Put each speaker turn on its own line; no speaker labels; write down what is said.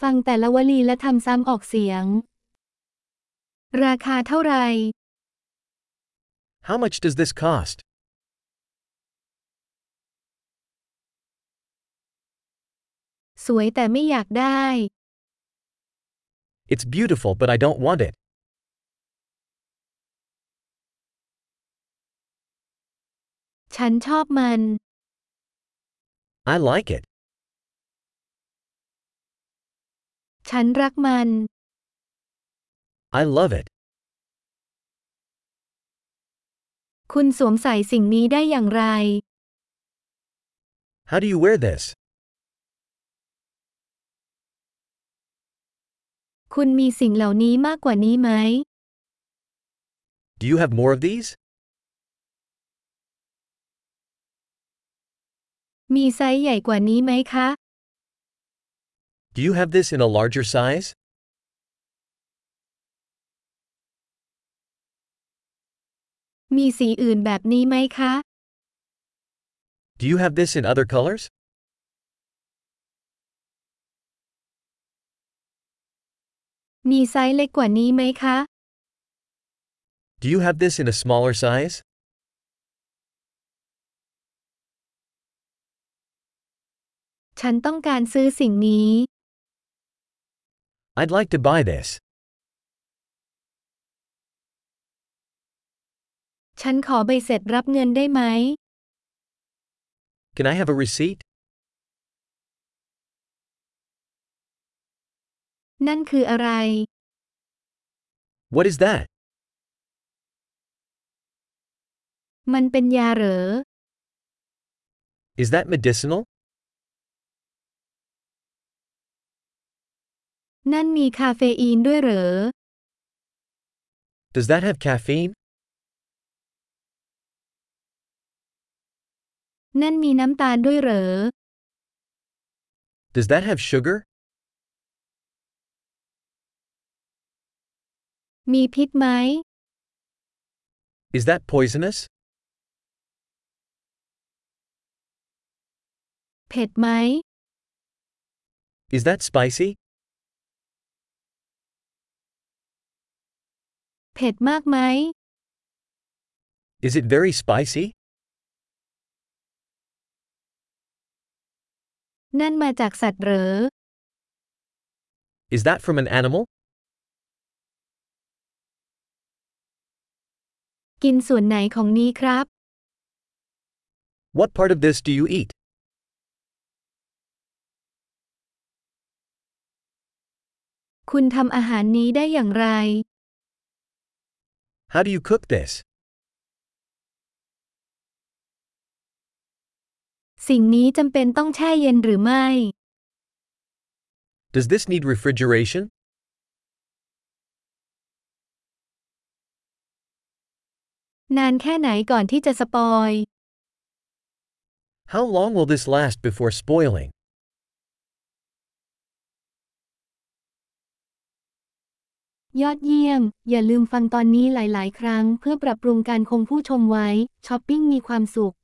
ฟังแต่ละวลีและทำซ้ำออกเสียง ราคาเท่าไหร่
How much does this cost?
สวยแต่ไม่อยากได้
It's beautiful but I don't want it.
ฉันชอบมัน
I like it.
ฉันรักมัน
I love it.
คุณสวมใส่สิ่งนี้ได้อย่างไร
How do you wear this?
คุณมีสิ่งเหล่านี้มากกว่านี้ไหม
Do you have more of these?
มีไซส์ใหญ่กว่านี้ไหมคะ
Do you have this in a larger size?
มีสีอื่นแบบนี้ไหมคะ
Do you have this in other colors?
มีไซส์เล็กกว่านี้ไหมคะ
Do you have this in a smaller size?
ฉันต้องการซื้อสิ่งนี้
I'd like to buy this.
ฉันขอใบเสร็จรับเงินได้ไหม
Can I have a receipt?
นั่นคืออะไร
What is that?
มันเป็นยาเหรอ
Is that medicinal?
นั่นมีคาเฟอีนด้วยเหรอ
Does that have caffeine?
นั่นมีน้ำตาลด้วยเหรอ
Does that have sugar?
มีพิษไหม
Is that poisonous?
เผ็ดไหม
Is that spicy?
เผ็ดมากไหม
Is it very spicy?
นั่นมาจากสัตว์เหรอ
Is that from an animal?
กินส่วนไหนของนี้ครับ
What part of this do you eat?
คุณทำอาหารนี้ได้อย่างไร
How do you cook this?
สิ่งนี้จำเป็นต้องแช่เย็นหรือไม่
Does this need refrigeration?
นานแค่ไหนก่อนที่จะสปอย
How long will this last before spoiling?
ยอดเยี่ยม อย่าลืมฟังตอนนี้หลาย ๆ ครั้ง เพื่อปรับปรุงการคงผู้ชมไว้ ช้อปปิ้งมีความสุข